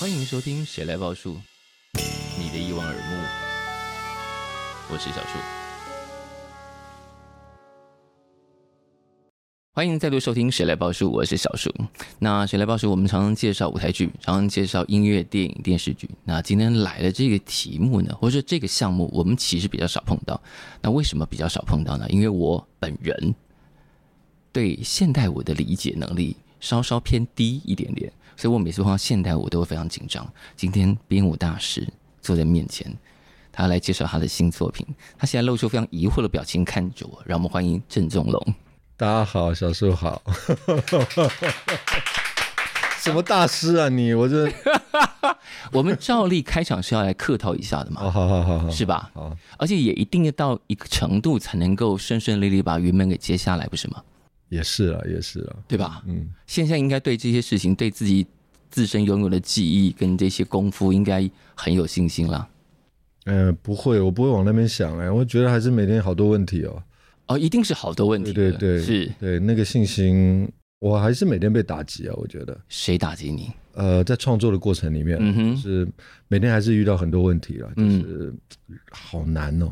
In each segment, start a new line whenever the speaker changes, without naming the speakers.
欢迎收听《谁来报数》，你的一望而目，我是小树。欢迎再度收听《谁来报数》，我是小树。那《谁来报数》，我们常常介绍舞台剧，常常介绍音乐、电影、电视剧。那今天来的这个题目呢，或者说这个项目，我们其实比较少碰到。那为什么比较少碰到呢？因为我本人对现代舞的理解能力稍稍偏低一点点，所以我每次碰到现代舞都会非常紧张。今天编舞大师坐在面前，他来介绍他的新作品，他现在露出非常疑惑的表情看着我，让我们欢迎郑仲 龙。
大家好，小 树好。什么大师啊你？我这……
我们照例开场是要来客套一下的嘛，
哦，好哦好好好，
是吧？
好，
而且也一定要到一个程度才能够顺顺利利把云门给接下来，不是吗？
也是了，也是了。
对吧？
嗯，
现在应该对这些事情，对自己自身拥有的技艺跟这些功夫，应该很有信心了。
呃，不会，我不会往那边想哎、我觉得还是每天好多问题哦。
哦，一定是好多问题
对
的，
对对，
是
对那个信心，我还是每天被打击啊。我觉得，
谁打击你？
呃，在创作的过程里面，
嗯哼嗯
是每天还是遇到很多问题了，就是、好难哦。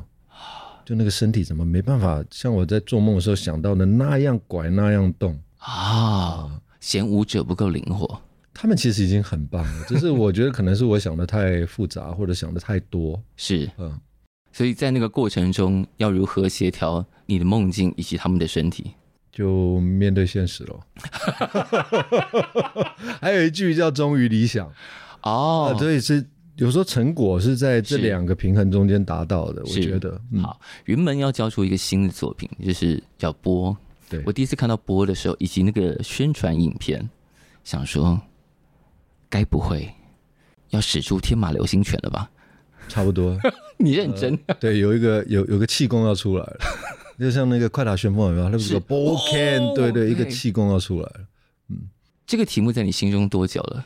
就那个身体怎么没办法像我在做梦的时候想到的那样拐那样动。
啊，嫌舞者不够灵活，
他们其实已经很棒了，只是我觉得可能是我想的太复杂，或者想的太多。
是，
嗯，
所以在那个过程中，要如何协调你的梦境以及他们的身体？
就面对现实咯。 还有一句叫“忠于理想”，
哦
啊，，所以是有时候成果是在这
是
两个平衡中间达到的。我
是
觉得，嗯，
好，云门要交出一个新的作品，就是叫《波》。
对
我第一次看到《波》的时候，以及那个宣传影片，想说，该不会要使出天马流星拳了吧？
差 不多。
你认真？
对，有一个有有个气功要出来了，就像那个《快打旋风》有没有？那不是
是
有 ball can？、
哦
对对，一个
对
气功要出来了，
这个题目在你心中多久了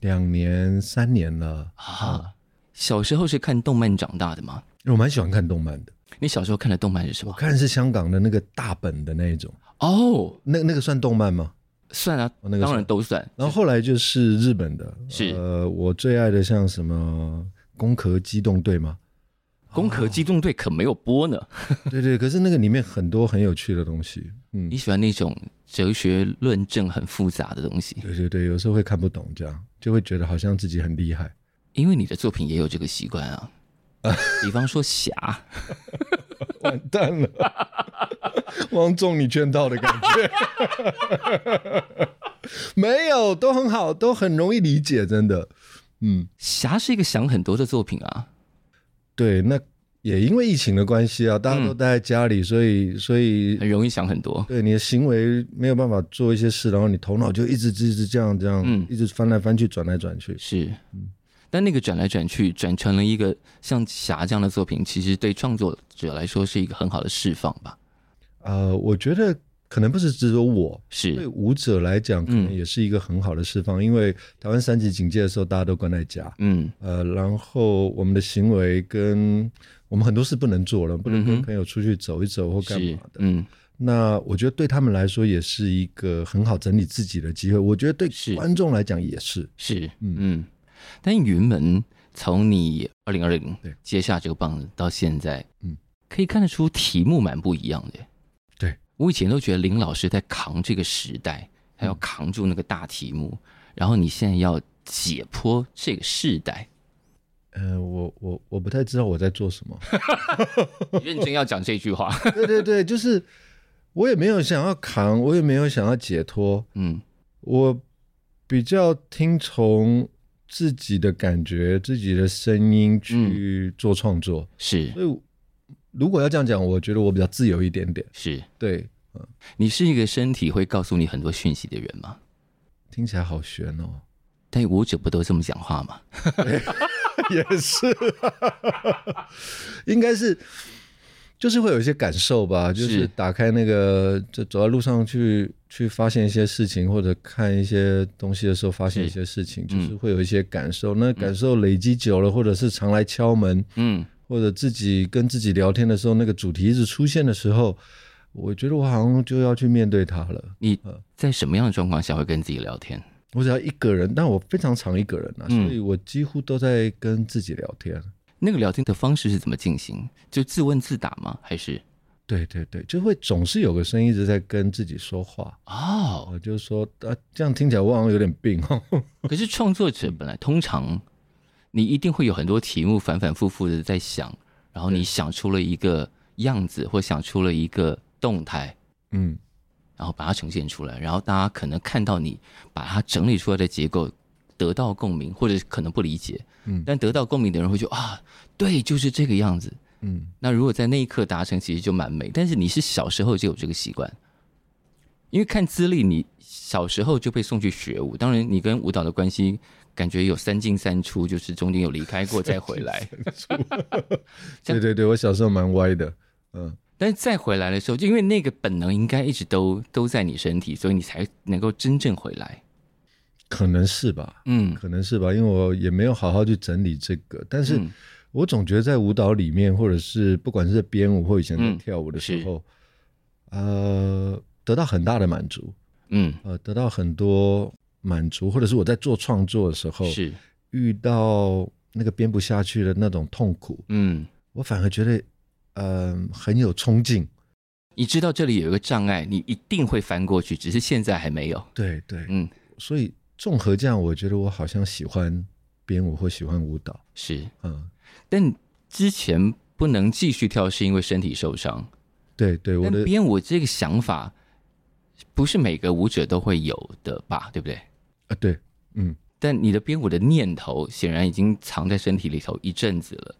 两年三年了。
啊？小时候是看动漫长大的吗？
我蛮喜欢看动漫的，
你小时候看的动漫是什
我
么？
看的是香港的那个大本的那一种，
哦，
那那个算动漫吗？
算啊，
哦那个
当然
算
都算。
然后后来就是日本的，
是
呃，我最爱的像什么《攻壳机动队》 吗？
攻壳机动队可没有播呢。
对对，可是那个里面很多很有趣的东西，嗯
你，喜欢那种哲学论证很复杂的东西，
对对对，有时候会看不懂，这样就会觉得好像自己很 厉害。
因为你的作品也有这个习惯 啊。比方说侠，
完 蛋了，王中你圈套的感觉， 没有，都很好，都很容易理解，真的，嗯，
侠是一个想很多的作品啊。
对，那也因为疫情的关系啊，大家
嗯
都待在家里，所以所以
很容易想很多。
对你的行为没有办法做一些事，然后你头脑就一直一直这样这样，
嗯
一直翻来翻去，转来转去。
是，
嗯
但那个转来转去，转成了一个像侠这样的作品，其实对创作者来说是一个很好的释放吧。
呃，我觉得可能不是只有我，对
是，
舞者来讲，可能也是一个很好的释放，因为台湾三级警戒的时候，大家都关在家，
嗯，
呃，然后我们的行为跟我们很多事不能做了，不能
嗯
跟
哼
朋友出去走一走或干
是
嘛，的。
嗯，
那我觉得对他们来说也是一个很好整理自己的机会，我觉得对
是
观众来讲也是。
是，
嗯
嗯。但云门从你二零二零
对
接下这个棒子到现在，嗯
嗯，
可以看得出题目蛮不一样的。
对
我以前都觉得林老师在扛这个时代，他要扛住那个大题目，
嗯
然后你现在要解剖这个世 代。
呃，我我我不太知道我在做什么。
你认真要讲这句 话。
对对对，就是我也没有想要扛，我也没有想要解脱，
嗯，
我比较听从自己的感觉、自己的声音去做创作。
是
所以，如果要这样讲，我觉得我比较自由一点点。
是，
对，
你是一个身体会告诉你很多讯息的人吗？
听起来好悬哦。
但舞者不都这么讲话吗？
也是，应该是，就是会有一些感受吧，就是
是
打开那个，就走在路上去去发现一些事情，或者看一些东西的时候，发现一些事情，就是会有一些感受。那感受累积久了，或者是常来敲门，
嗯，
或者自己跟自己聊天的时候，那个主题一直出现的时候，我觉得我好像就要去面对它了。
你在什么样的状况下会跟自己聊天？
我只要一个人，但我非常常一个人啊，所以我几乎都在跟自己聊天。
那个聊天的方式是怎么进行？就自问自答吗？还是
对对对，就会总是有个声音一直在跟自己说话。
哦？
我就说，啊，这样听起来我好像有点病哦。
可是创作者本来通常你一定会有很多题目反反复复的在想，然后你想出了一个样子或想出了一个动态，
嗯，
然后把它呈现出来，然后大家可能看到你把它整理出来的结构得到共鸣，或者可能不理解，
嗯
但得到共鸣的人会觉得啊，对，就是这个样子。
嗯，
那如果在那一刻达成，其实就蛮美。但是你是小时候就有这个习惯，因为看资历，你小时候就被送去学舞。当然，你跟舞蹈的关系，感觉有三进三出，就是中间有离开过再回来。这
对
样
对对，我小时候蛮歪的，嗯，
但是再回来的时候，就因为那个本能应该一直都都在你身体，所以你才能够真正回来。
可能是吧，
嗯
可能是吧，因为我也没有好好去整理这个，但是
嗯
我总觉得在舞蹈里面，或者是不管是在编舞或以前在
嗯
跳舞的时
是
候，呃，得到很大的满足，
嗯，
呃，得到很多满足，或者是我在做创作的时候，
是
遇到那个编不下去的那种痛苦，
嗯，
我反而觉得，嗯、很有冲劲。
你知道这里有一个障碍，你一定会翻过去，只是现在还没有。
对对，
嗯，
所以综合这样，我觉得我好像喜欢编舞或喜欢舞蹈。
是。
嗯，
但之前不能继续跳，是因为身体受伤。
对对，我
但
的
编舞这个想法，不是每个舞者都会有的吧？对不对？
啊，对，嗯，
但你的编舞的念头显然已经藏在身体里头一阵子了。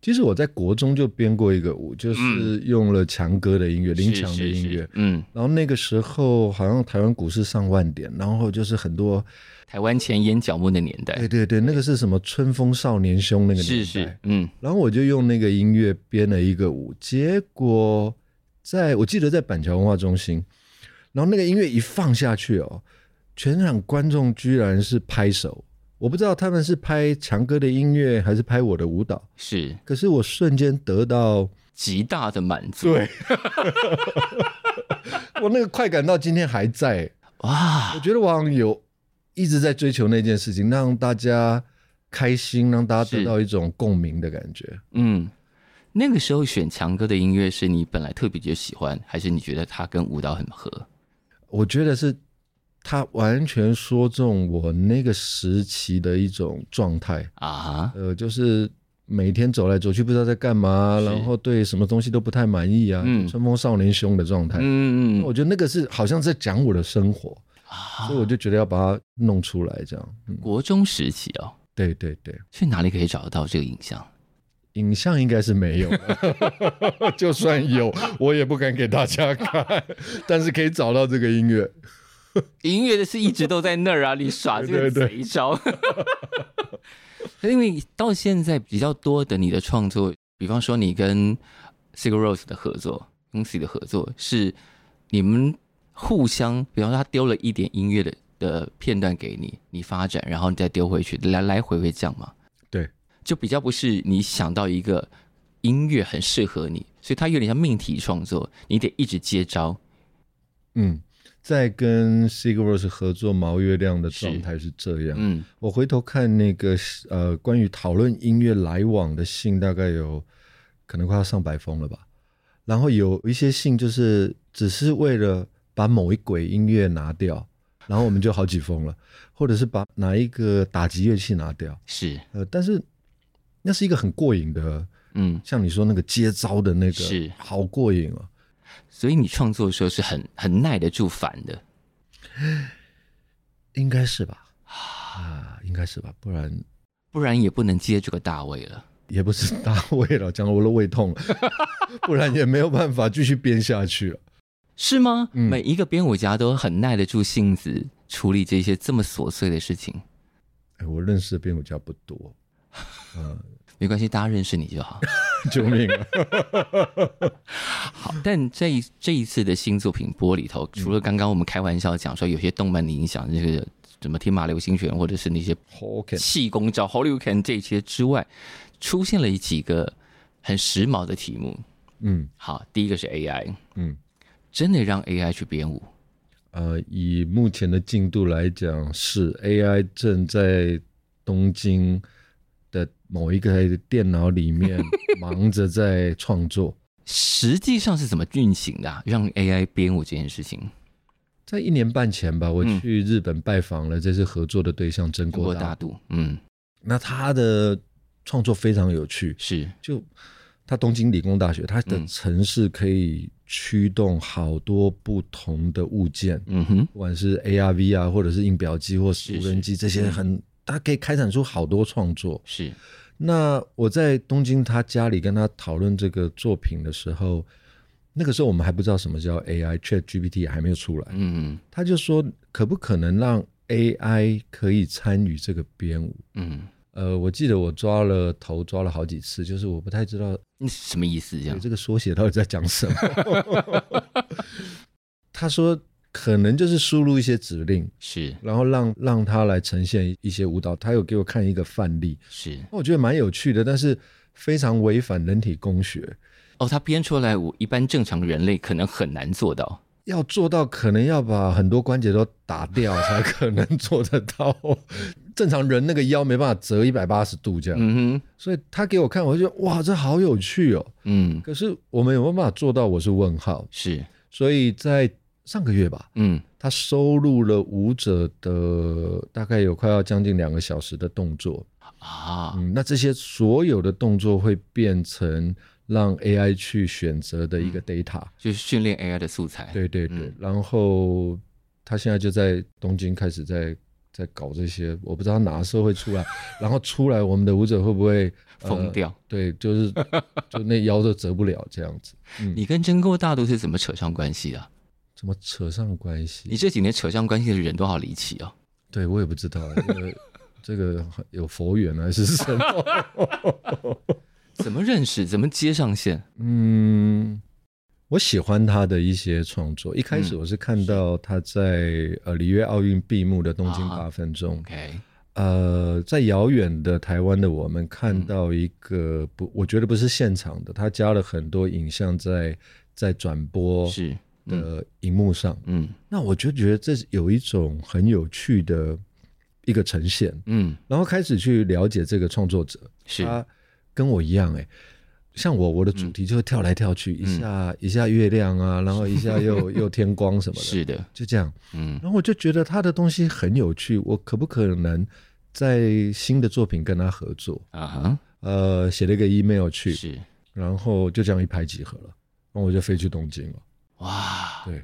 其实我在国中就编过一个舞，就是用了强哥的音乐，林
是
强的
是
音
嗯是
乐。
嗯，
然后那个时候好像台湾股市上万点，然后就是很多，
台湾前眼角膜的年代，
对对对，那个是什么春风少年兄那个年代，
哎是是，嗯
然后我就用那个音乐编了一个舞，结果在我记得在板桥文化中心，然后那个音乐一放下去哦，全场观众居然是拍手，我不知道他们是拍强哥的音乐还是拍我的舞蹈，
是
可是我瞬间得到
极大的满足。
对，我那个快感到今天还在，我
哇，
觉得网友一直在追求那件事情，让大家开心，让大家得
是
到一种共鸣的感觉。
嗯，那个时候选强哥的音乐是你本来特别就喜欢，还是你觉得他跟舞蹈很合？
我觉得是他完全说中我那个时期的一种状态，
啊哈，
呃，就是每天走来走去，不知道在干嘛，
是
然后对什么东西都不太满意啊，
嗯
就春风少年兄的状态。
嗯嗯
我觉得那个是好像在讲我的生活，
啊
所以我就觉得要把它弄出来，这样。嗯，
国中时期哦，
对对对，
去哪里可以找得到这个影像？
影像应该是 没有，就算有，我也不敢给大家看，但是可以找到这个音乐。
音乐的是一直都在那儿啊，你耍这个
对对
贼 招。因为到现在比较多的你的创作，比方说你跟 s i g a Rose 的合作，跟 C 的合作，是你们互相，比方说他丢了一点音乐的的片段给你，你发展，然后你再丢回去，来来回回这样嘛。
对，
就比较不是你想到一个音乐很适合你，所以它有点像命题创作，你得一直接招。
嗯，在跟 Sigros 合作毛月亮的状态是这样。
嗯，
我回头看那个呃，关于讨论音乐来往的信，大概有可能快要上百封了吧。然后有一些信就是只是为了把某一轨音乐拿掉，然后我们就好几封了，或者是把哪一个打击乐器拿掉。
是，
呃，但是那是一个很过瘾的，
嗯。
像你说那个接招的那个，
是
好过瘾哦。
所以你创作的时候是很很耐得住烦的。
应该是吧？啊，应该是吧，不然
不然也不能接这个大位了。
也不是大胃了，讲得我的胃 痛了，不然也没有办法继续编下去了。
是吗？
嗯
每一个编舞家都很耐得住性子处理这些这么琐碎的事情，
哎，我认识的编舞家不多，
没关系，大家认识你就好。
救命啊！
好，但这一这一次的新作品《波》里头，除了刚刚我们开玩笑讲说有些动漫的影响，这个什么天马流星拳或者是那些
OK，
气功招 Holy Can 这些之外，出现了几个很时髦的题目。
嗯
好，第一个是 AI，
嗯，
真的让 AI 去编舞，
呃，以目前的进度来讲，是 AI 正在东京的某一个电脑 里面忙着在创作。
实际上是怎么运行的啊、让 AI 编舞这件事情，
在一年半前吧，我
嗯
去日本拜访了这次合作的对象真
中
国
国
大
大，度，嗯，
那他的创作非常有趣，
是，
就他东京理工大学，它的
嗯
城市可以驱动好多不同的物件，
嗯哼，
不管是 AR、VR 啊或者是印表机或是
是
无
是
人机这些
嗯
很。它可以开展出好多创作。
是，
那我在东京他家里跟他讨论这个作品的时候，那个时候我们还不知道什么叫 AI，Chat GPT 还没有出来。
嗯
他就说，可不可能让 AI 可以参与这个编舞？
嗯，
呃，我记得我抓了头抓了好几次，就是我不太知道
那是嗯什么意思？这样
对，这个缩写到底在讲什么？ 他说，可能就是输入一些指令，
是
然后让让他来呈现一些舞蹈。他有给我看一个范例，
是，
我觉得蛮有趣的，但是非常违反人体工学。
哦，它编出来舞，一般正常人类可能很难做到，
要做到，可能要把很多关节都打掉才可能做得到。正常人那个腰没办法折一百八十度这样，
嗯哼，
所以他给我看，我就觉得哇，这好有趣哦。
嗯，
可是我们有没有办法做到？我是问号。
是，
所以在上个月吧，
嗯
他收录了舞者的大概有快要将近两个小时的动作，
啊，
嗯，那这些所有的动作会变成让 AI 去选择的一个 data，、
就是训练 AI 的素材，，
对对对，
嗯
然后他现在就在东京开始在在搞这些，我不知道他哪时候 会出来，然后出来我们的舞者会不会呃
疯掉。
对，就是 就那腰都折不了这样子，
你跟真锅大度是怎么扯上关系的啊？
怎么扯上关系？
你这几年扯上关系的人都好离奇哦。
对我也不知道，这个这个有佛缘还是什么？
怎么认识？怎么接上线？
嗯，我喜欢他的一些创作。一开始
嗯
我是看到他在、呃里约奥运闭幕的东京
啊
八分钟，
OK，
呃，在遥远的台湾的我们看
嗯
到一个不，我觉得不是现场的，他加了很多影像在在转播
是，
的荧幕上，
嗯
那我就觉得这是有一种很有趣的一个呈现。
嗯，
然后开始去了解这个创作者，
是
他跟我一样哎、像我我的
嗯
主题就会跳来跳去，一下一下月亮 啊，然后一下又又天光什么的，
是的，
就这样。
嗯
然后我就觉得他的东西很有趣，我可不可能在新的作品跟他合作？
啊哈，
呃，写了一个 email 去，
是
然后就这样一拍即合了，然后我就飞去东京了。
哇，
对，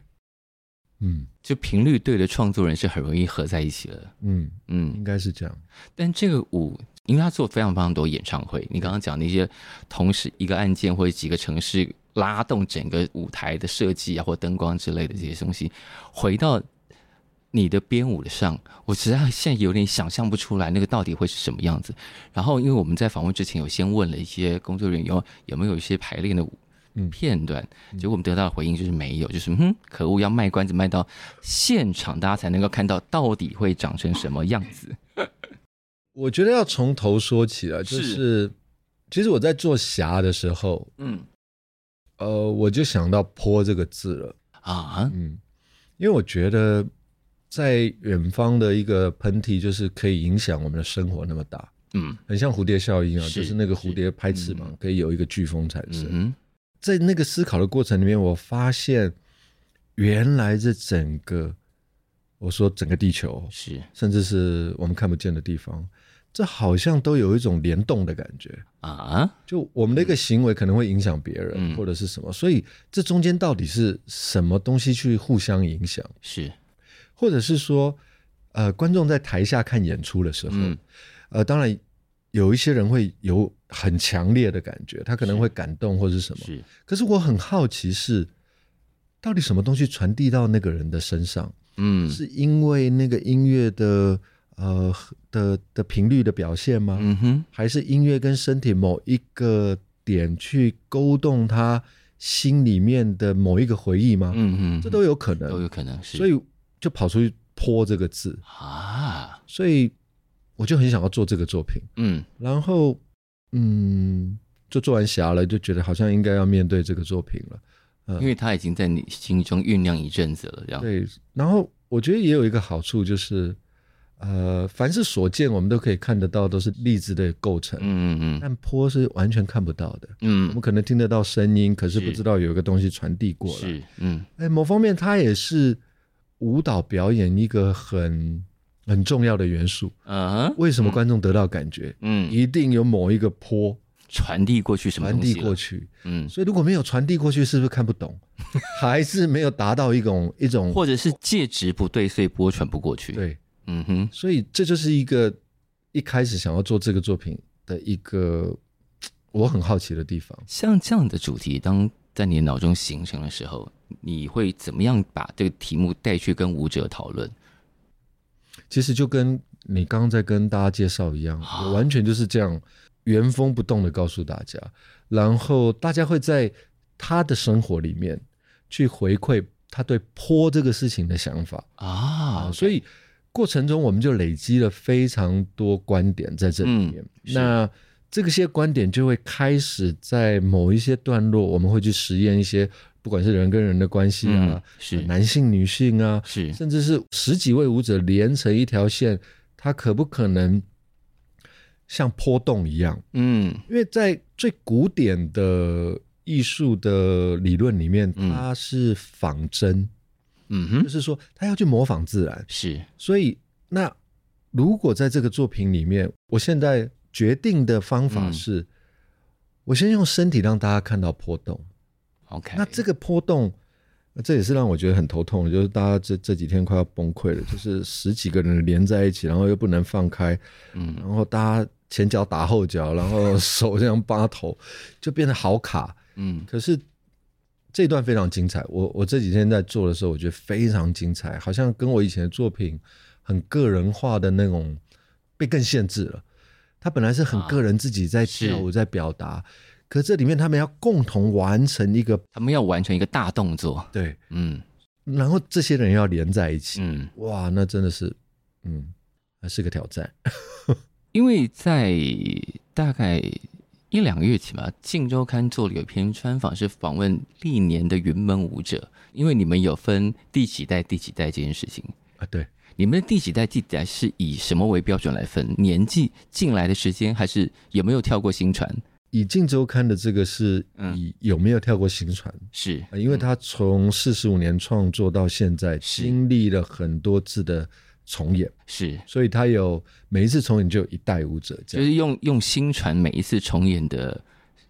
嗯
就频率对的创作人是很容易合在一起的。
嗯，
嗯，
应该是这样。
但这个舞，因为他做非常非常多演唱会，你刚刚讲那些同时一个案件或者几个城市拉动整个舞台的设计啊，或灯光之类的这些东西，回到你的编舞的上，我实在现在有点想象不出来那个到底会是什么样子。然后，因为我们在访问之前有先问了一些工作人员哦有没有一些排练的舞
嗯
片段，结果我们得到的回应就是没有，就是嗯，可恶，要卖关子卖到现场，大家才能够看到到底会长成什么样子。
我觉得要从头说起了，就是是其实我在做侠的时候，
嗯
呃，我就想到“坡”这个字了。
啊，
嗯，因为我觉得在远方的一个喷嚏，就是可以影响我们的生活那么大，
嗯
很像蝴蝶效应啊，
是
就是那个蝴蝶拍翅
是
膀，可以有一个飓风产生。
嗯
在那个思考的过程里面，我发现原来这整个，我说整个地球
哼，，是
甚至是我们看不见的地方，这好像都有一种联动的感觉。
啊，
就我们的一个行为可能会影响别人、
嗯
或者是什么，所以这中间到底是什么东西去互相影响，
是
或者是说，呃，观众在台下看演出的时候，
嗯
呃，当然有一些人会有很强烈的感觉，他可能会感动或是什么。
是，
可是我很好奇是，到底什么东西传递到那个人的身上？
嗯
是因为那个音乐的呃的的频率的表现吗？
嗯哼，
还是音乐跟身体某一个点去勾动他心里面的某一个回忆吗？
嗯嗯，
这都有可
都
能，
有可能是，
所以就跑出去“泼”这个字，
啊，
所以我就很想要做这个作品。
嗯
然后，嗯，就做完侠了，就觉得好像应该要面对这个作品了。
嗯因为它已经在你心中酝酿一阵子了，这样。
嗯对，然后我觉得也有一个好处就是，呃，凡是所见我们都可以看得到，都是粒子的构成，
嗯嗯
但坡是完全看不到的。我
嗯
们可能听得到声音，可是
是
不知道有一个东西传递
嗯，
过来。
是，嗯
哎，某方面它也是舞蹈表演一个很很重要的元素。
嗯哼
为什么观众得到感觉？
嗯，
一定有某一个坡
传递过去什么
传
东
递
西了
过，去，
嗯，
所以如果没有传递过去，是不是看 不懂？还是没有达到一种一种
或者是介质不对，所以波传不过去。，
对？
嗯哼，
所以这就是一个一开始想要做这个作品的一个我很好奇的地方。
像这样的主题，当在你脑中形成的时候，你会怎么样把这个题目带去跟舞者讨论？
其实就跟你刚刚在跟大家介绍一样，
啊
我完全就是这样原封不动的告诉大家，然后大家会在他的生活里面去回馈他对坡这个事情的想法
啊
啊，，所以过程中我们就累积了非常多观点在这里面。
嗯是
那这个些观点就会开始在某一些段落，我们会去实验一些，不管是人跟人的关系啊
嗯，，是
男性女性啊，
是，
甚至是十几位舞者连成一条线，它可不可能像波动一样？
嗯
因为在最古典的艺术的理论里面，
嗯
它是仿真，
嗯
就
哼，
是说它要去模仿自然。
是
所以，那如果在这个作品里面，我现在决定的方法
嗯
是，我先用身体让大家看到波动。
OK。
那这个波动，呃这也是让我觉得很头痛，就是大家这这几天快要崩溃了，就是十几个人连在一起，然后又不能放开，
嗯
然后大家前脚打后脚，然后手这样扒头，就变得好卡。
嗯
可是这段非常精彩，我我这几天在做的时候，我觉得非常精彩，好像跟我以前的作品很个人化的那种被更限制了。他本来是很
啊
个人自己在
是
跳舞在表达，可这里面他们要共同完成一个
他们要完成一个大动作，
对。
嗯
然后这些人要连在一起，
嗯，
哇，那真的是，嗯，那是个挑战。
因为在大概一两个月前吧，《镜周刊》做了有一篇专访，是访问历年的云门舞者，因为你们有分第几代、第几代这件事情，
啊，对，
你们的第几代、第几代是以什么为标准来分？年纪、进来的时间，还是有没有跳过新船？
以《镜周刊》的这个是
嗯
以有没有跳过行船，
是，
呃因为他从四十五年创作到现在，
是
经历了很多次的重演，
是，
所以他有每一次重演就有一代舞者这
就
样。
是用用新船每一次重演的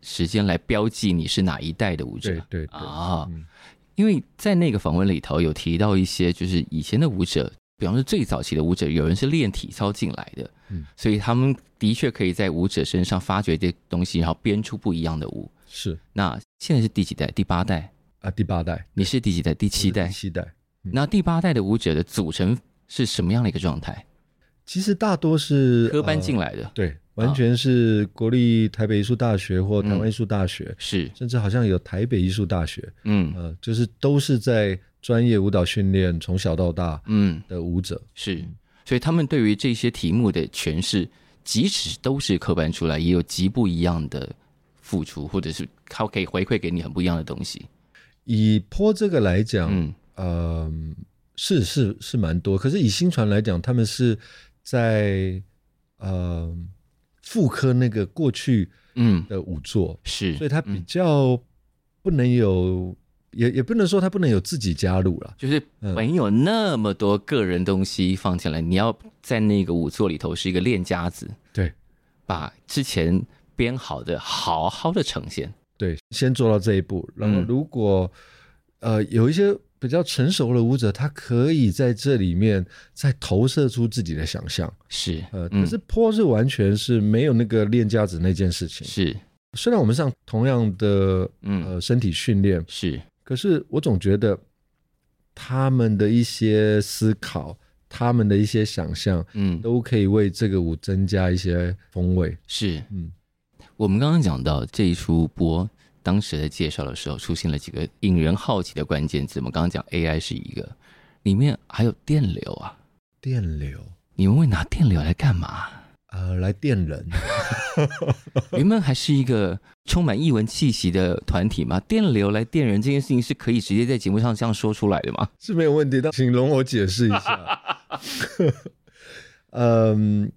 时间来标记你是哪一代的舞者
对对对，
啊。
嗯
因为在那个访问里头有提到一些，就是以前的舞者，比方说最早期的舞者，有人是练体操进来的，
嗯
所以他们的确可以在舞者身上发掘这东西，然后编出不一样的舞。
是
那现在是第几代？第八代？
啊，第八代，
你是第几代？第七代？
期待。
那第八代的舞者的组成是什么样的一个状态？
其实大多是呃
科班进
来，
来的、
对，完全是国立台北艺术大学或台湾
嗯
艺术大学，
是，
甚至好像有台北艺术大学，
嗯
呃，就是都是在专业舞蹈训练从小到大
嗯
的舞者。
是，所以他们对于这些题目的诠释，即使都是科班出来，也有极不一样的付出，或者是他可以回馈给你很不一样的东西。
以坡这个来讲，嗯、
嗯
是是是蛮多，可是以新传来讲，他们是在呃复刻那个过去
嗯，
的舞作，
是，
所以他比
嗯
较不能有，也也不能说他不能有自己加入啦。
就是
嗯
没有那么多个人东西放进来，你要在那个舞作里头是一个练家子，
对
把之前编好的好好的呈现。
对，先做到这一步，然后
嗯
如果、呃有一些比较成熟的舞者，他可以在这里面再投射出自己的想象。
是，
呃，
嗯
可是坡是完全是没有那个练家子那件事情。
是，
虽然我们上同样的
嗯
呃身体训练，
是，
可是我总觉得他们的一些思考，他们的一些想象，
嗯，
都可以为这个舞增加一些风味。
是，
嗯，
我们刚刚讲到这一出播，当时在介绍的时候出现了几个引人好奇的关键字。我们刚刚讲 AI 是一个，里面还有电流啊，
电流，
你们会拿电流来干嘛？
呃，来电人。
原本还是一个充满艺文气息的团体嘛，电流来电人这件事情是可以直接在节目上这样说出来的吗？
是没有问题，但请容我解释一 下。嗯，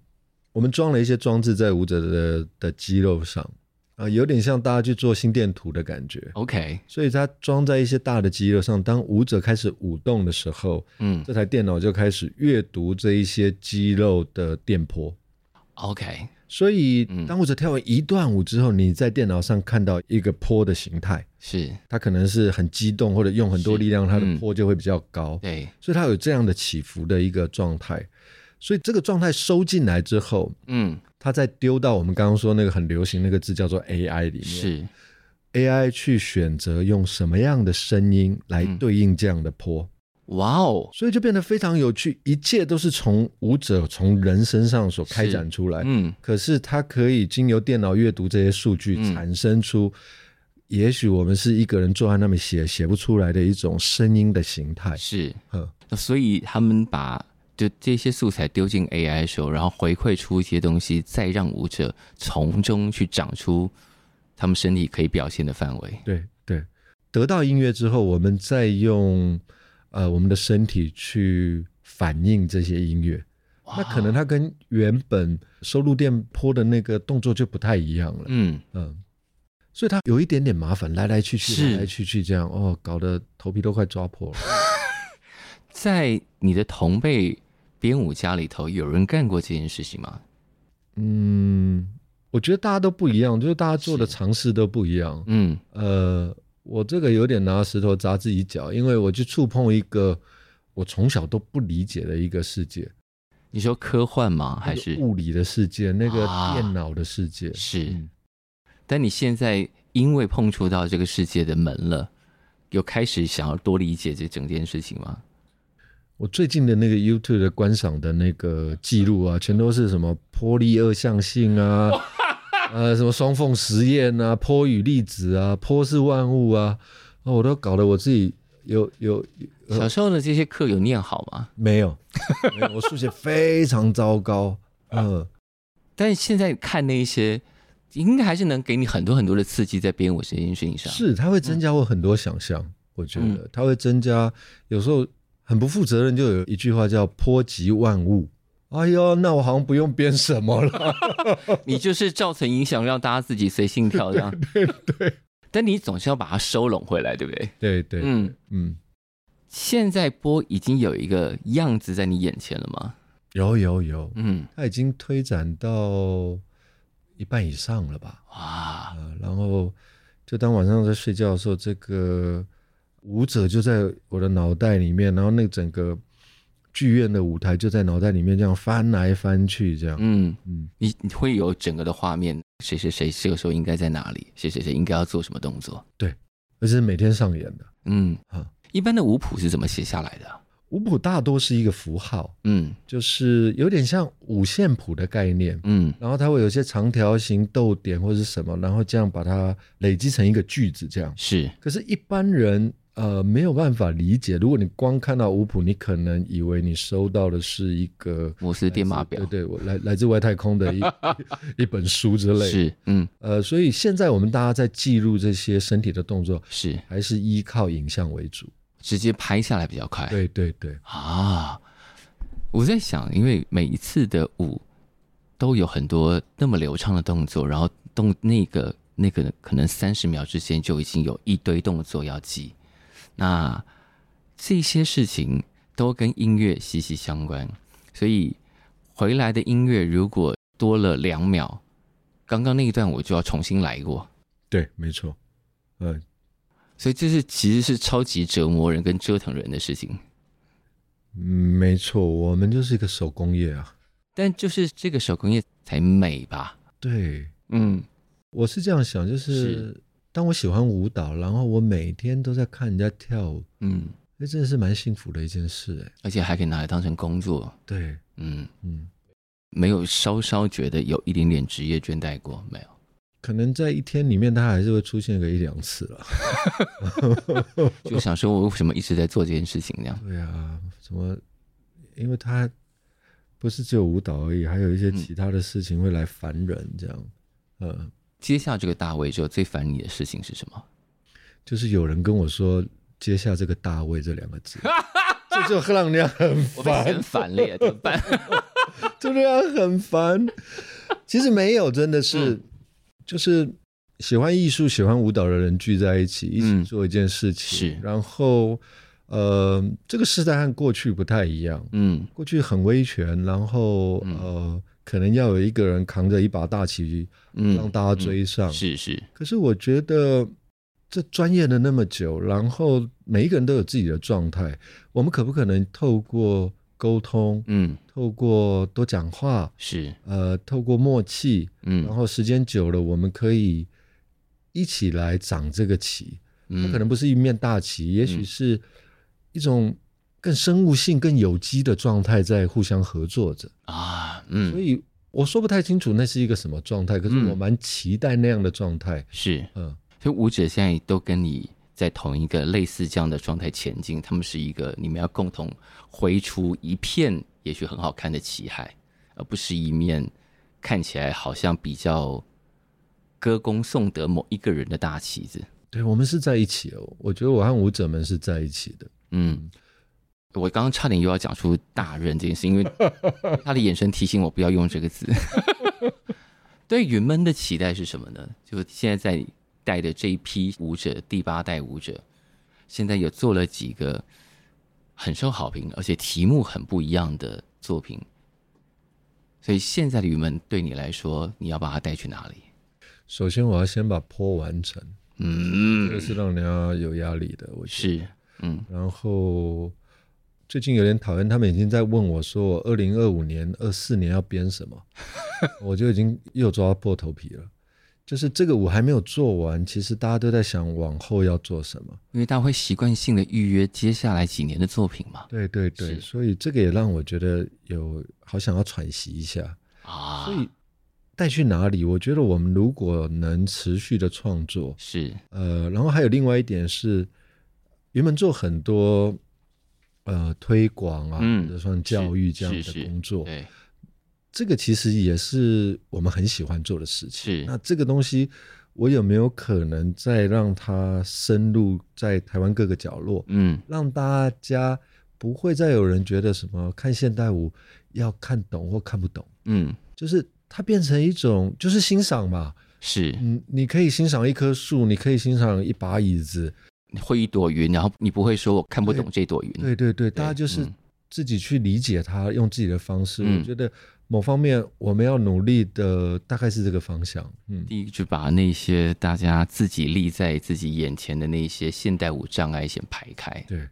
我们装了一些装置在舞者的的肌肉上啊、有点像大家去做心电图的感觉，
OK，
所以它装在一些大的肌肉上。当舞者开始舞动的时候，
嗯
这台电脑就开始阅读这一些肌肉的电波。
，OK，
所以
嗯，
当舞者跳完一段舞之后，你在电脑上看到一个坡的形态，
是
它可能是很激动或者用很多
是
力量，它的
嗯
坡就会比较高。
对，
所以它有这样的起伏的一个状态。所以这个状态收进来之后，
嗯，
它再丢到我们刚刚说那个很流行那个字叫做 AI 里面，
是
AI 去选择用什么样的声音来
嗯
对应这样的坡，
哇哦，
所以就变得非常有趣。一切都是从舞者从人身上所开展出来，
嗯，
可是它可以经由电脑阅读这些数据，
嗯
产生出。也许我们是一个人坐在那边写写不出来的一种声音的形态，
是，
嗯，
那所以他们把就这些素材丢进 AI 的时候，然后回馈出一些东西，再让舞者从中去长出他们身体可以表现的范围。
对对，得到音乐之后，我们再用呃我们的身体去反映这些音乐，那可能它跟原本收录电波的那个动作就不太一样了，
嗯，
嗯，所以它有一点点麻烦，来来去去，
是
来来去去这样，哦，搞得头皮都快抓破了。
在你的同辈编舞家里头，有人干过这件事情吗？
嗯，我觉得大家都不一样，就是大家做的
是
尝试都不一样，
嗯，
呃，我这个有点拿石头砸自己脚，因为我去触碰一个我从小都不理解的一个世界，
你说科幻吗？还
那个
是
物理的世界，那个
啊
电脑的世界。
是
嗯？
但你现在因为碰触到这个世界的门了，有开始想要多理解这整件事情吗？
我最近的那个 YouTube 的观赏的那个记录啊，全都是什么波粒二象性啊，呃，什么双缝实验啊，波与粒子啊，波是万物啊，哦，我都搞得我自己有有呃
小时候的这些课有念好吗？
没有？没有，我数学非常糟糕。嗯，
但现在看那一些，应该还是能给你很多很多的刺激在编舞这件事情上。，
是，它会增加我很多想象。我觉得
嗯
它会增加，有时候很不负责任，就有一句话叫“波及万物”。哎呦，那我好像不用编什么了。
你就是造成影响，让大家自己随性跳 这样。对但你总是要把它收拢回来，对不对？
对对，嗯
嗯，现在播已经有一个样子在你眼前了吗？
有有有，
嗯，
它已经推展到一半以上了吧？
哇，
啊，然后就当晚上在睡觉的时候，这个舞者就在我的脑袋里面，然后那整个剧院的舞台就在脑袋里面这样翻来翻去，这样。
嗯，
嗯
你你会有整个的画面，谁谁谁这个时候应该在哪里，谁谁谁应该要做什么动作。
而且是每天上演的。
嗯
啊，
一般的舞谱是怎么写下来的？
舞谱大多是一个符号，
嗯
就是有点像五线谱的概念，
嗯
然后它会有一些长条形、逗点或者是什么，然后这样把它累积成一个句子这样。
是，
可是，一般人呃没有办法理解，如果你光看到舞谱，你可能以为你收到的是一个。
摩斯电码表
对对，我来来自外太空的 一一本书之类的，
是，嗯
呃，所以现在我们大家在记录这些身体的动作，
是，
还是依靠影像为主。
直接拍下来比较快。
对对对，
啊，我在想，因为每一次的舞都有很多那么流畅的动作，然后动那个那个可能三十秒之间就已经有一堆动作要记，那这些事情都跟音乐息息相关，所以回来的音乐如果多了两秒，刚刚那一段我就要重新来过。
对，没错。嗯，
所以这是其实是超级折磨人跟折腾人的事情，
嗯没错，我们就是一个手工业啊。
但就是这个手工业才美吧？
对，
嗯，
我是这样想，就是
是
当我喜欢舞蹈，然后我每天都在看人家跳舞，
嗯，
那真的是蛮幸福的一件事、哎，
而且还可以拿来当成工作，
对，
嗯，
嗯，
没有稍稍觉得有一点点职业倦怠过，没有。
可能在一天里面，它还是会出现个一两次了。
就想说，我为什么一直在做这件事情那 样？
对啊，什么？因为嗯它不是只有舞蹈而已，还有一些其他的事情会来烦人，这样。呃，
接下这个大位之后，最烦你的事情是什么？
就是有人跟我说接下这个“大卫”这两个 字，这就 让人家很
我被
烦
嫌，烦了耶，怎么办？
就让人家很烦。其实没有，真的是、
嗯
就是喜欢艺术、喜欢舞蹈的人聚在一起，一起
嗯
做一件事情。
是
然后呃，这个时代和过去不太一样，
嗯
过去很威权，然后、呃，可能要有一个人扛着一把大旗，让
嗯，
大家追上。
是是，
可是我觉得这专业了那么久，然后每一个人都有自己的状态，我们可不可能透过沟通，
嗯
透过多讲话，
是，
呃，透过默契，然
嗯
后时间久了，我们可以一起来长这个旗。它
嗯，
可能不是一面大旗，也许是一种更生物性、更有机的状态在互相合作着。
啊，嗯，
所以我说不太清楚那是一个什么状态，可是
嗯
我蛮期待那样的状态。
是，
嗯，
所以舞者现在都跟你在同一个类似这样的状态前进，他们是一个你们要共同挥出一片也许很好看的旗海，而不是一面看起来好像比较歌功颂德某一个人的大旗子。
对，我们是在一起哦。我觉得我和舞者们是在一起的。
嗯，我刚刚差点又要讲出“大人”这件事，因为他的眼神提醒我不要用这个字。对云门的期待是什么呢？就现在在带的这一批舞者，第八代舞者，现在有做了几个很受好评，而且题目很不一样的作品。所以现在的云门对你来说，你要把它带去哪里？
首先，我要先把坡完成，这个
嗯，
是让人家有压力的。我觉得
是，嗯
然后最近有点讨厌，他们已经在问我说我二零二五年、二四年要编什么， 我就已经又抓破头皮了。就是这个我还没有做完，其实大家都在想往后要做什么。
因为大家会习惯性的预约接下来几年的作品嘛。
对对对，
是
所以这个也让我觉得有好想要喘息一下。
啊，
所以带去哪里？我觉得我们如果能持续的创作，
是，
呃，然后还有另外一点是，原本做很多呃推广啊，
嗯
或者算教育这样
是
的
是
工作，
对，
这个其实也是我们很喜欢做的事情。
是
那这个东西，我有没有可能再让它深入在台湾各个角落，
嗯
让大家不会再有人觉得什么看现代舞要看懂或看不懂，
嗯，
就是它变成一种就是欣赏嘛。
是
嗯，你可以欣赏一棵树，你可以欣赏一把椅子，
会一朵云，然后你不会说我看不懂这朵云，
对对对，大家就是
嗯
自己去理解它，用自己的方式。
嗯
我觉得某方面我们要努力的大概是这个方向。嗯，
第一就把那些大家自己立在自己眼前的那些现代舞障碍先排开，
对，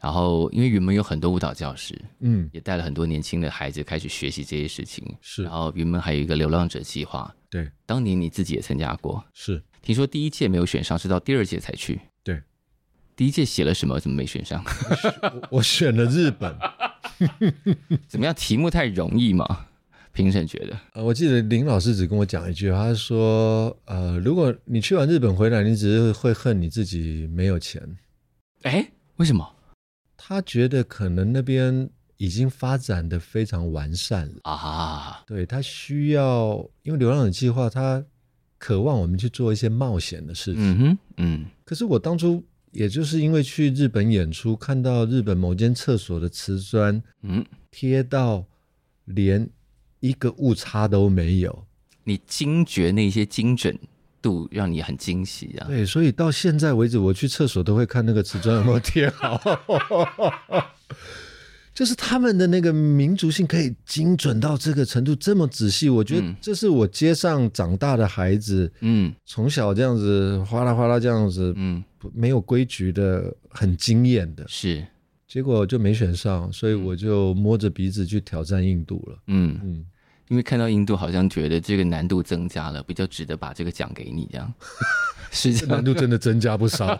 然后因为云门有很多舞蹈教师，
嗯，
也带了很多年轻的孩子开始学习这些事情，
是
然后云门还有一个流浪者计划，
对，
当年你自己也参加过，
是
听说第一届没有选上，是到第二届才去，
对。
第一届写了什么？怎么没选上？
我我选了日本。
怎么样？题目太容易吗？ 评审觉得，
呃，我记得林老师只跟我讲一句，他说：“呃，如果你去完日本回来，你只是会恨你自己没有钱。
哎，为什么？”
他觉得可能那边已经发展的非常完善了。
啊，
对他需要，因为流浪者计划，他渴望我们去做一些冒险的事情。
嗯哼，嗯，
可是我当初也就是因为去日本演出，看到日本某间厕所的瓷砖
嗯，
贴到连一个误差都没有，
你惊觉那些精准度让你很惊喜啊！
对，所以到现在为止，我去厕所都会看那个瓷砖有没有贴好。 就是他们的那个民族性可以精准到这个程度，这么仔细，我觉得
嗯
这是我街上长大的孩子，
嗯
从小这样子哗啦哗啦这样子，
嗯，
不没有规矩的，很惊艳的
是，
结果就没选上，所以我就摸着鼻子去挑战印度了。
嗯，
嗯，
因为看到印度好像觉得这个难度增加了，比较值得把这个奖给你 这样，是这
这
样
嗯难。度真的增加不少。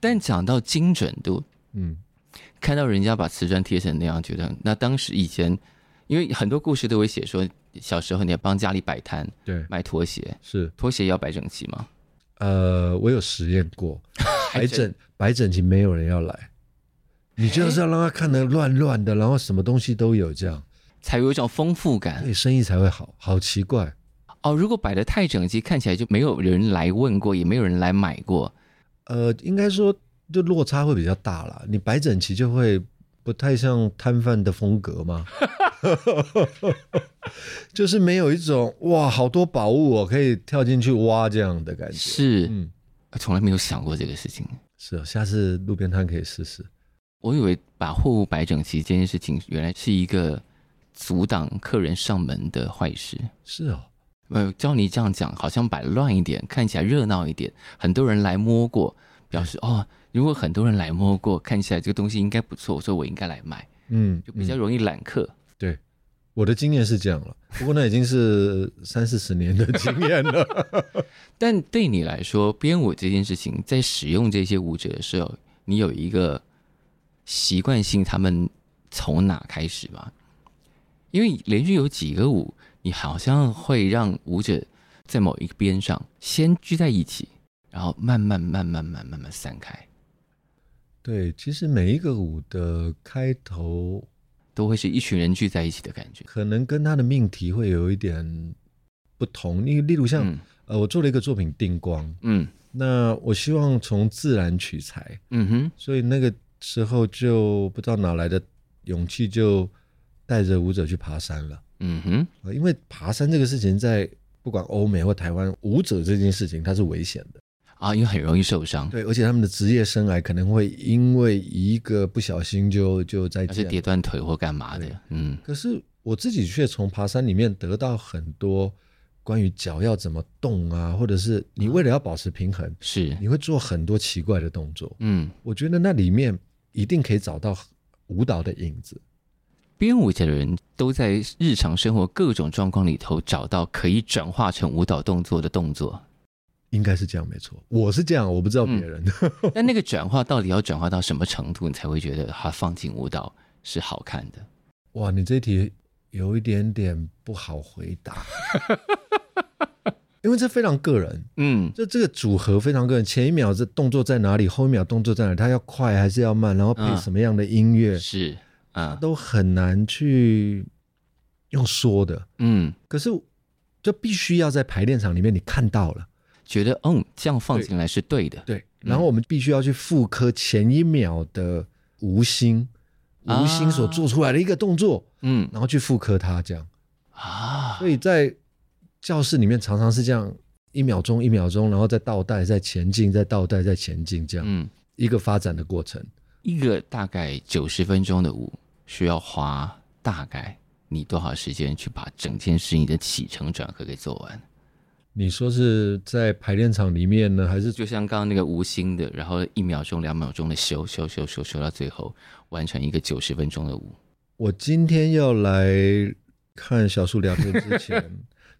但讲到精准度，
嗯，
看到人家把瓷砖贴成那样，觉得那当时以前，因为很多故事都会写说，小时候你要帮家里摆摊
对，
卖拖鞋，
是
拖鞋要摆整齐吗？
呃，我有实验过，白整白整齐没有人要来，你就是要让他看得乱乱的，然后什么东西都有这样，
才有一种丰富感。
对生意才会好。好奇怪，
哦，如果摆的太整齐，看起来就没有人来问过，也没有人来买过。
呃，应该说就落差会比较大啦。你摆整齐就会不太像摊贩的风格嘛， 就是没有一种哇好多宝物我可以跳进去挖这样的感觉。
是，
嗯，
从来没有想过这个事情。
是哦，下次路边摊可以试试。
我以为把货物摆整齐这件事情，原来是一个阻挡客人上门的坏事。
是哦，
呃，照你这样讲，好像摆乱一点，看起来热闹一点，很多人来摸过，表示哦，如果很多人来摸过，看起来这个东西应该不错，所以我应该来买，
嗯，
就比较
嗯
容易揽客。
对。我的经验是这样了，不过那已经是三四十年的经验了。
但对你来说，编舞这件事情，在使用这些舞者的时候，你有一个习惯性，他们从哪开始吧？因为连续有几个舞，你好像会让舞者在某一个边上先聚在一起，然后慢慢慢慢慢慢慢慢散开，
对，其实每一个舞的开头
都会是一群人聚在一起的感觉。
可能跟它的命题会有一点不同。你例如像、
嗯
呃，我做了一个作品《定光》，
嗯
那我希望从自然取材，
嗯哼，
所以那个时候就不知道哪来的勇气，就带着舞者去爬山了。
嗯哼，
呃因为爬山这个事情，在不管欧美或台湾，舞者这件事情它是危险的，
啊，因为很容易受伤，
对，而且他们的职业生涯可能会因为一个不小心就就再
要是
见了。
跌断腿或干嘛
对
的，嗯
可是我自己却从爬山里面得到很多关于脚要怎么动啊，或者是你为了要保持平衡，
是，
你会做很多奇怪的动作。
嗯。
我觉得那里面一定可以找到舞蹈的影子。
编舞者的人都在日常生活各种状况里头找到可以转化成舞蹈动作的动 作，
应该是这样，没错。我是这样，我不知道
嗯
别人。
但那个转化到底要转化到什么程度，你才会觉得它放进舞蹈是好看的？
哇，你这题有一点点不好回 答，因为这非常个人。
嗯，
就这个组合非常个人，前一秒这动作在哪里，后一秒动作在哪里，他要快还是要慢，然后配
嗯
什么样的音乐，
是，啊，
都很难去用说的。
嗯，
可是就必须要在排练场里面你看到了，
觉得嗯这样放进来是对嗯的，
对，然后我们必须要去复刻前一秒的吴昕，
啊
吴昕所做出来的一个动作，
嗯
然后去复刻它这样。
啊，
所以在教室里面常常是这样。一秒钟，一秒钟，然后再倒带，再前进，再倒带，再前进，这样、
嗯，
一个发展的过程。
一个大概九十分钟的舞需要花大概你多少时间去把整件事情的起承转合给做完？
你说是在排练场里面呢，还是
就像刚刚那个无心的，然后一秒钟、两秒钟的修修修修修到最后，完成一个九十分钟的舞。
我今天要来看小树聊天之前，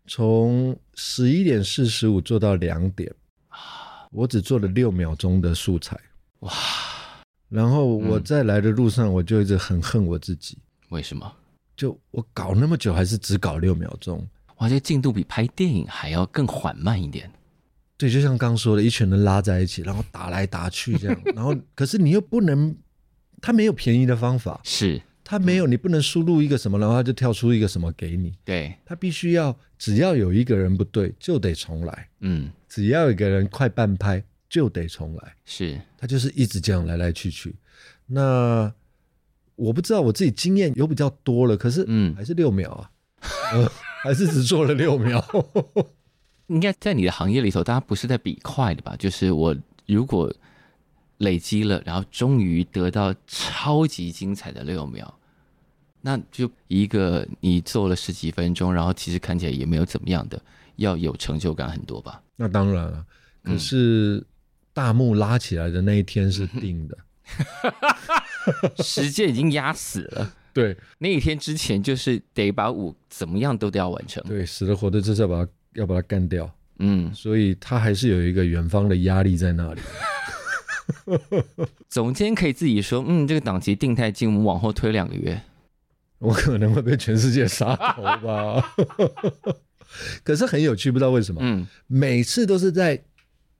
从十一点四十五做到两点，我只做了六秒钟的素材，
哇，
然后我
嗯
在来的路上，我就一直很恨我自己，
为什么？
就我搞那么久，还是只搞六秒钟。
哇，这个进度比拍电影还要更缓慢一点。
对，就像刚说的，一群人拉在一起，然后打来打去这样，然后可是你又不能，他没有便宜的方法，
是
他没有，你不能输入一个什么，然后他就跳出一个什么给你，
对，
他必须要只要有一个人不对就得重来，
嗯，
只要有一个人快半拍就得重来，
是
他就是一直这样来来去去。那我不知道我自己经验有比较多了，可是
嗯
还是六秒啊， 呃还是只做了六秒。
应该在你的行业里头，大家不是在比快的吧？就是我如果累积了，然后终于得到超级精彩的六秒，那就一个你做了十几分钟，然后其实看起来也没有怎么样的，要有成就感很多吧？
那当然了，可是大幕拉起来的那一天是定的，
时间已经压死了。
对
那一天之前就是得把舞怎么样都得要完成。
对，死的活的就是要把它要把它干掉，
嗯，
所以他还是有一个远方的压力在那里。
总监可以自己说，嗯，这个档期定太近，我们往后推两个月。
我可能会被全世界杀头吧。可是很有趣，不知道为什么，
嗯，
每次都是在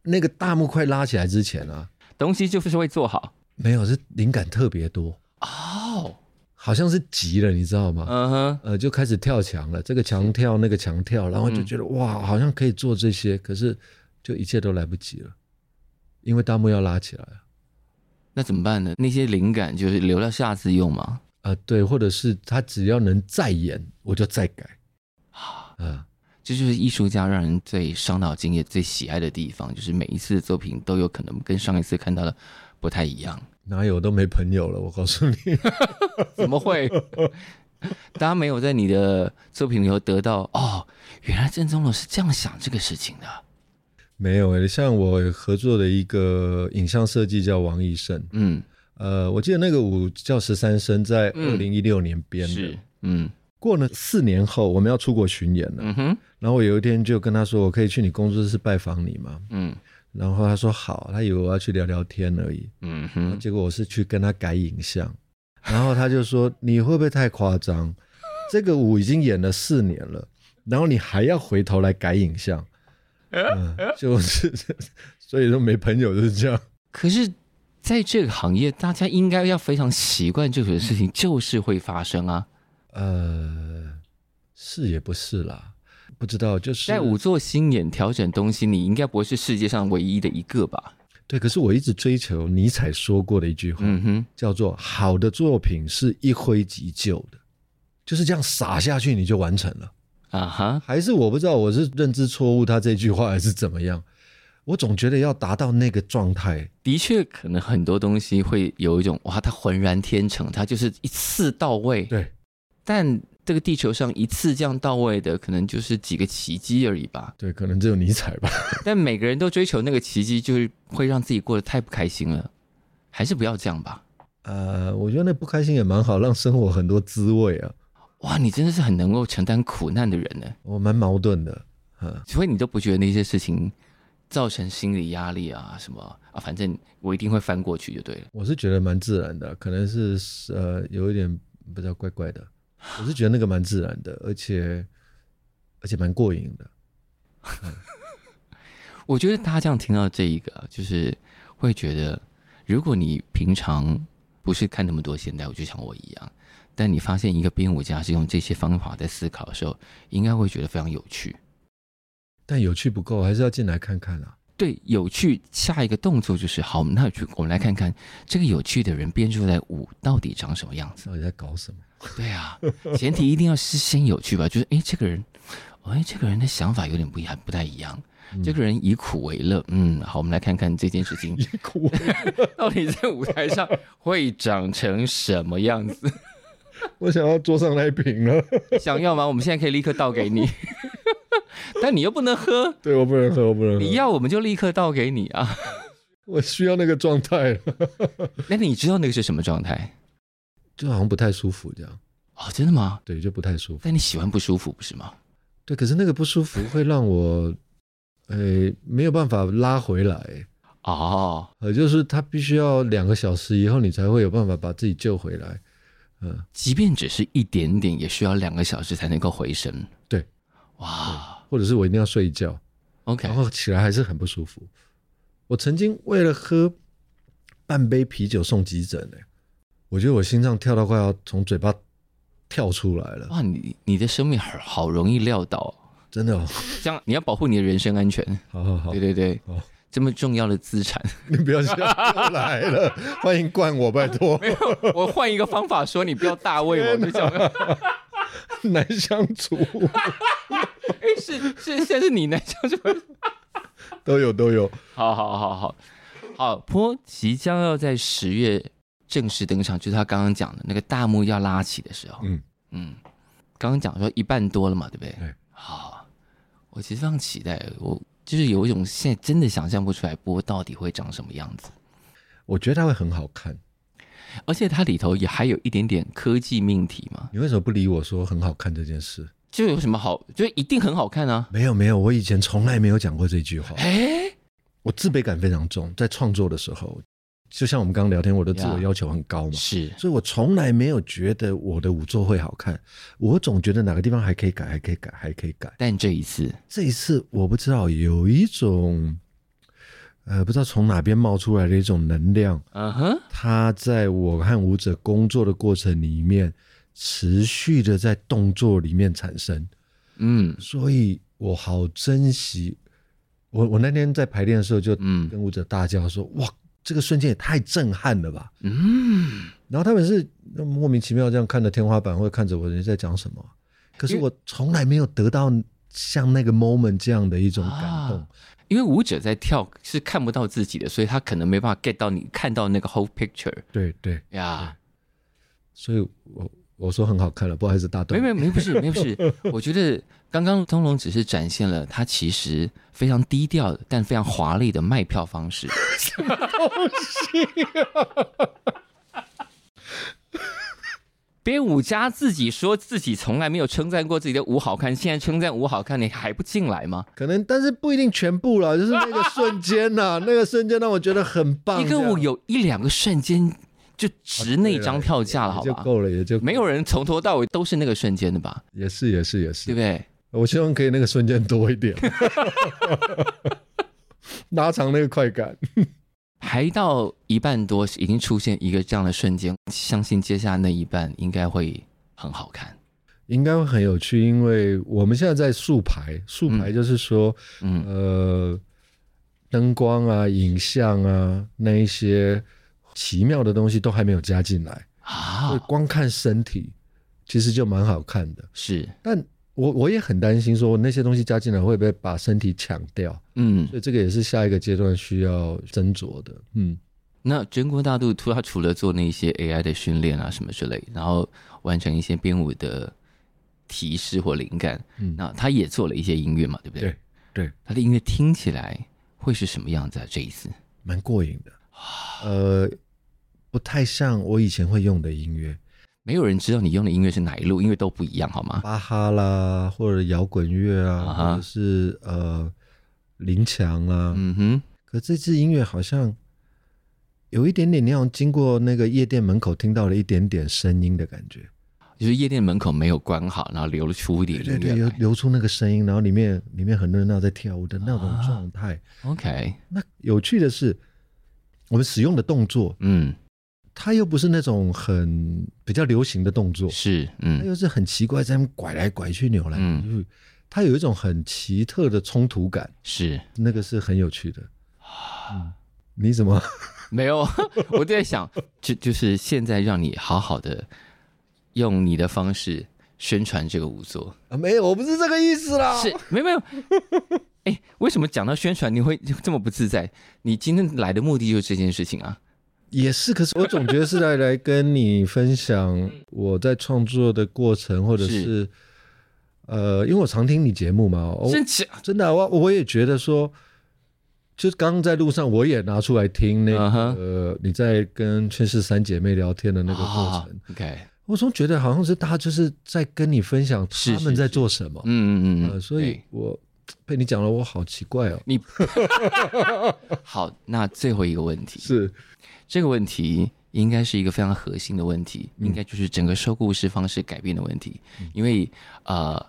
那个大幕快拉起来之前啊，
东西就是会做好。
没有是灵感特别多，
哦，
好像是急了，你知道吗？
嗯哼，
呃，就开始跳墙了，这个墙跳那个墙跳，然后
嗯
就觉得、哇，好像可以做这些，可是就一切都来不及了，因为大幕要拉起来啊了。
那怎么办呢？那些灵感就是留到下次用嘛。
啊，对，或者是他只要能再演，我就再改啊、
这就是艺术家让人最伤脑筋也最喜爱的地方，就是每一次的作品都有可能跟上一次看到的不太一样。
哪有都没朋友了，我告诉你，
怎么会？ 大家没有在你的作品里头得到哦，原来郑宗龙是这样想这个事情的。
没有诶。像我合作的一个影像设计叫王医生，
嗯，
呃，我记得那个舞叫十三声，在二
嗯
零一六年编的。
是，嗯
过了四年后，我们要出国巡演了，
嗯哼，
然后我有一天就跟他说，我可以去你工作室拜访你吗？
嗯
然后他说好，他以为我要去聊聊天而已，
嗯哼，
结果我是去跟他改影像，然后他就说你会不会太夸张？ 这个舞已经演了四年了，然后你还要回头来改影像，嗯，就是所以说没朋友就是这样。
可是。在这个行业，大家应该要非常习惯这种事情，就是会发生啊。
呃，是也不是啦，不知道就是
在五座星眼调整东西，你应该不会是世界上唯一的一个吧？
对，可是我一直追求尼采说过的一句话，
嗯哼，
叫做“好的作品是一挥即就的”，就是这样撒下去你就完成了。
啊哈，
还是我不知道我是认知错误，他这句话还是怎么样？我总觉得要达到那个状态，
的确，可能很多东西会有一种哇，它浑然天成，它就是一次到位。
对，。
但这个地球上一次这样到位的，可能就是几个奇迹而已吧
对，可能只有尼采吧。
但每个人都追求那个奇迹，就是会让自己过得太不开心了，还是不要这样吧。
呃，我觉得那不开心也蛮好，让生活很多滋味啊。
哇，你真的是很能够承担苦难的人呢，
我蛮矛盾的，
除非你都不觉得那些事情造成心理压力啊什么啊，反正我一定会翻过去就对了。
我是觉得蛮自然的，可能是呃有一点不知道怪怪的，我是觉得那个蛮自然的，而且而且蛮过瘾的。
我觉得大家这样听到这一个啊，就是会觉得，如果你平常不是看那么多现代，我就像我一样，但你发现一个编舞家是用这些方法在思考的时候，应该会觉得非常有趣。
但有趣不够，还是要进来看看啊。
对，有趣。下一个动作就是好，那就我们来看看这个有趣的人编出来的舞到底长什么样子。
到底在搞什么？
对啊，前提一定要是先有趣吧，就是诶，这个人，诶，这个人的想法有点不一样，不太一样。这个人以苦为乐，嗯，好，我们来看看这件事情
一 哭，
到底在舞台上会长成什么样 子？
我想要桌上那一瓶了。
想要吗？我们现在可以立刻倒给 你，但你又不能喝，
对我不能喝，我不能
你
喝，
要我们就立刻倒给你啊。
我需要那个状态了，
那你知道那个是什么状态？
就好像不太舒服这样。
哦，真的吗？
对，就不太舒服。
但你喜欢不舒服不是吗？
对，可是那个不舒服会让我，呃，没有办法拉回来。
哦，
呃，就是他必须要两个小时以后，你才会有办法把自己救回来。
即便只是一点点，也需要两个小时才能够回神。
对，
哇
或者是我一定要睡一觉，
，OK，
然后起来还是很不舒服。我曾经为了喝半杯啤酒送急诊呢、我觉得我心脏跳到快要从嘴巴跳出来了，
哇，你你的生命好好容易撂倒哦，
真的、哦。
这样你要保护你的人身安全。
好好好
对，对对
好，
这么重要的资产。
你不要这样又来了， 欢迎灌我，拜托，
我换一个方法说，你不要大胃王，就讲，
难相处，
哎，是是，现在是你来讲什么？
都有都有。
好好好好好，坡即将要在十月正式登场，就是他刚刚讲的那个大幕要拉起的时候，
嗯
嗯，刚刚讲说一半多了嘛，对不对？
对
好，我其实非常期待，我就是有一种现在真的想象不出来波到底会长什么样子，
我觉得它会很好看。
而且它里头也还有一点点科技命题嘛，
你为什么不理我说很好看这件事？
就有什么好，就一定很好看啊。
没有没有，我以前从来没有讲过这句话。
哎，
我自卑感非常重，在创作的时候，就像我们刚刚聊天，我的自我
Yeah
要求很高嘛
是，
所以我从来没有觉得我的舞作会好看。我总觉得哪个地方还可以改，还可以改，还可以改。
但这一次，
这一次我不知道有一种呃，不知道从哪边冒出来的一种能量，
嗯哼，
它在我和舞者工作的过程里面，持续的在动作里面产生，
嗯
所以我好珍惜。我我那天在排练的时候就
嗯
跟舞者大叫说：“哇，这个瞬间也太震撼了吧
嗯，！”
然后他们是莫名其妙这样看着天花板，或者看着我人在讲什么，可是
因为
我从来没有得到像那个 moment 这样的一种感动
啊。因为舞者在跳是看不到自己的，所以他可能没办法 get 到你看到那个 whole picture
对对，
呀。
所以我我说很好看了，不好意思打断
没
你。
没没，不是没不是， 我觉得刚刚通龙只是展现了他其实非常低调的但非常华丽的卖票方式。
啊
编舞家自己说自己从来没有称赞过自己的舞好看，现在称赞舞好看，你还不进来吗？
可能，但是不一定全部啦，就是那个瞬间呐、那个瞬间让我觉得很棒。
一个
这样
舞有一两个瞬间就值那张票价了，好
也就
吧？
够了，也就
没有人从头到尾都是那个瞬间的吧？
也是也是也
对
是。
不对？
我希望可以那个瞬间多一点， 拉长那个快感。
排到一半多，已经出现一个这样的瞬间，相信接下来那一半应该会很好看。
应该会很有趣，因为我们现在在竖排，竖排就是说，
嗯
呃，灯光啊、影像啊那一些奇妙的东西都还没有加进来，所以
啊，
光看身体其实就蛮好看的。
是，
但我我也很担心，说那些东西加进来会不会把身体抢掉？
嗯，
所以这个也是下一个阶段需要斟酌的。嗯，
那真锅大肚，他除了做那些 AI 的训练啊什么之类，然后完成一些编舞的提示或灵感，
嗯
那他也做了一些音乐嘛，对不对？
对对，
他的音乐听起来会是什么样子啊？这一次，
蛮过瘾的。
啊
呃，不太像我以前会用的音乐，
没有人知道你用的音乐是哪一路，因为都不一样，好吗？
巴哈啦，或者摇滚乐
啊
啊，
哈
或者是呃林强啊。
嗯哼，
可这支音乐好像有一点点那种经过那个夜店门口听到了一点点声音的感觉。
就是夜店门口没有关好，然后流出一点
对
音
对，
乐
流
来。
流出那个声音，然后里面里面很热闹在跳舞的那种
啊
状态。
OK，
那有趣的是，我们使用的动作，
嗯，
它又不是那种很比较流行的动作，
是，
它
嗯
又是很奇怪，在那边拐来拐去、扭来扭去，它有一种很奇特的冲突感，
是，
那个是很有趣的。嗯、你怎么？
没有， 我在想，就就是现在让你好好的用你的方式宣传这个舞作，
啊没有，我不是这个意思啦。
是，没有没有。 哎，为什么讲到宣传你会这么不自在？你今天来的目的就是这件事情啊。
也是，可是我总觉得是来 来跟你分享我在创作的过程，或者
是
是呃，因为我常听你节目嘛，哦
真假？
真的啊、我我也觉得说，就是刚刚在路上我也拿出来听那个、
嗯哼
呃，你在跟圈氏三姐妹聊天的那个过
啊
程，
，OK，
我总觉得好像是大家就是在跟你分享
是
他
是
们在
是
做什么，
嗯嗯嗯
呃，
嗯，
所以
对
我被你讲了，我好奇怪哦，
你好，那最后一个问题，
是
这个问题应该是一个非常核心的问题，应该就是整个说故事方式改变的问题。因为呃，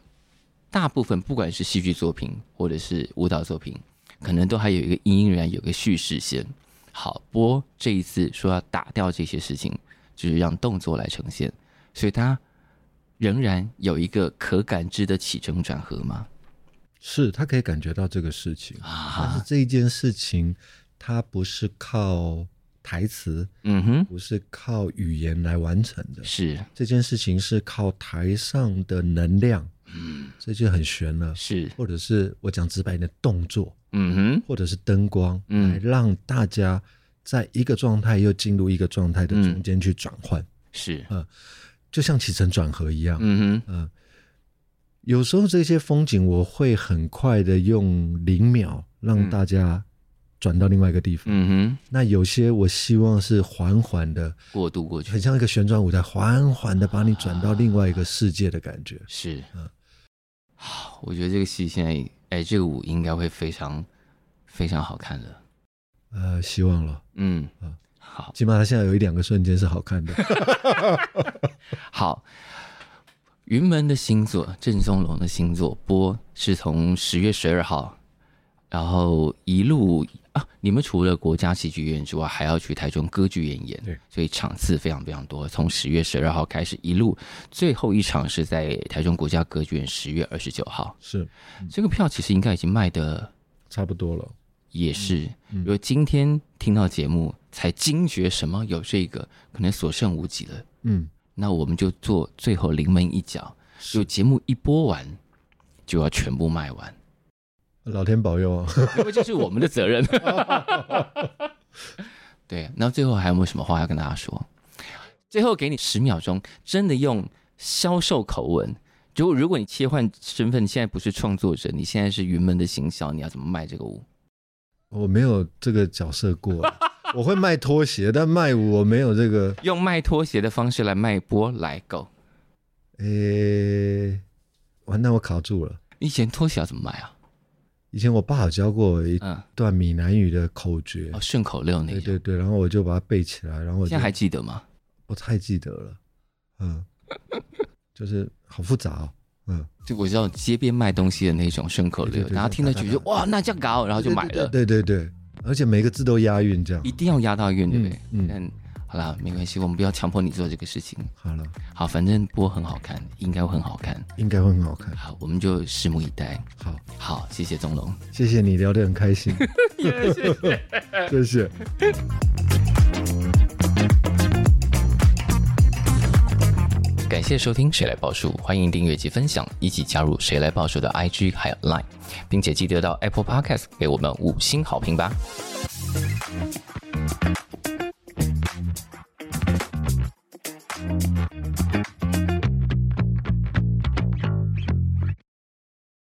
大部分不管是戏剧作品或者是舞蹈作品，可能都还有一个隐隐然有个叙事线。好，波这一次说要打掉这些事情，就是让动作来呈现，所以它仍然有一个可感知的起承转合嘛。
是，他可以感觉到这个事情，但是
啊，
这一件事情，它不是靠台词，
嗯哼，
不是靠语言来完成的，
是
这件事情是靠台上的能量，嗯，这就很悬了。
是，
或者是我讲直白一点，动作，
嗯哼，
或者是灯光，
嗯
来让大家在一个状态又进入一个状态的中间去转换，
是，
就像起承转合一样。
嗯哼，
有时候这些风景，我会很快的用零秒让
嗯
大家转到另外一个地方。
嗯
那有些我希望是缓缓的，
哼，过渡过去
很像一个旋转舞台，缓缓的把你转到另外一个世界的感觉。
是
嗯，
好，我觉得这个戏现在，哎，这个舞应该会非常非常好看的。
呃，希望了，
嗯
嗯，
好，
起码它现在有一两个瞬间是好看的。
好。云门的星座，郑松龙的星座波是从十月十二号，然后一路啊，你们除了国家戏剧院之外，还要去台中歌剧院演，
对，
所以场次非常非常多。从十月十二号开始，一路最后一场是在台中国家歌剧院，十月二十九号。
是
这个票其实应该已经卖的
差不多了。
也是，如果今天听到节目才惊觉什么有这个，可能所剩无几了。
嗯，
那我们就做最后临门一脚，就是节目一播完就要全部卖完，
老天保佑啊！
因为这是我们的责任。对，那最后还有没有什么话要跟大家说？最后给你十秒钟，真的用销售口吻。如果如果你切换身份，你现在不是创作者，你现在是云门的行销，你要怎么卖这个舞？
我没有这个角色 过，我会卖拖鞋，但卖舞我没有这个。
用卖拖鞋的方式来卖波来狗。
诶、完蛋，我卡住了。
以前拖鞋要怎么卖啊？
以前我爸有教过我一
嗯，
段闽南语的口诀，
哦，顺口溜那
对
个，
对对，然后我就把它背起来，然后我
现
就
在还记得吗？
不太记得了， 嗯，就是好复杂哦，嗯，
就我知道街边卖东西的那种顺口
对
溜，
对对
然后听了觉得
哒哒哒
哇，那这样搞，然后就买了，
对对对对对，而且每个字都押韵，这样
一定要押到韵，对不对？
嗯嗯
但好啦，没关系，我们不要强迫你做这个事情。
好了，
好，反正播很好看，应该会很好看。
应该会很好看。
好，我们就拭目以待。
好，
好，谢谢宗龙。
谢谢你聊得很开 心， 谢谢。
感谢收听《谁来报数》，欢迎订阅及分享，一起加入《谁来报数》的 IG 还有 Line，并且记得到 Apple Podcast 给我们五星好评吧。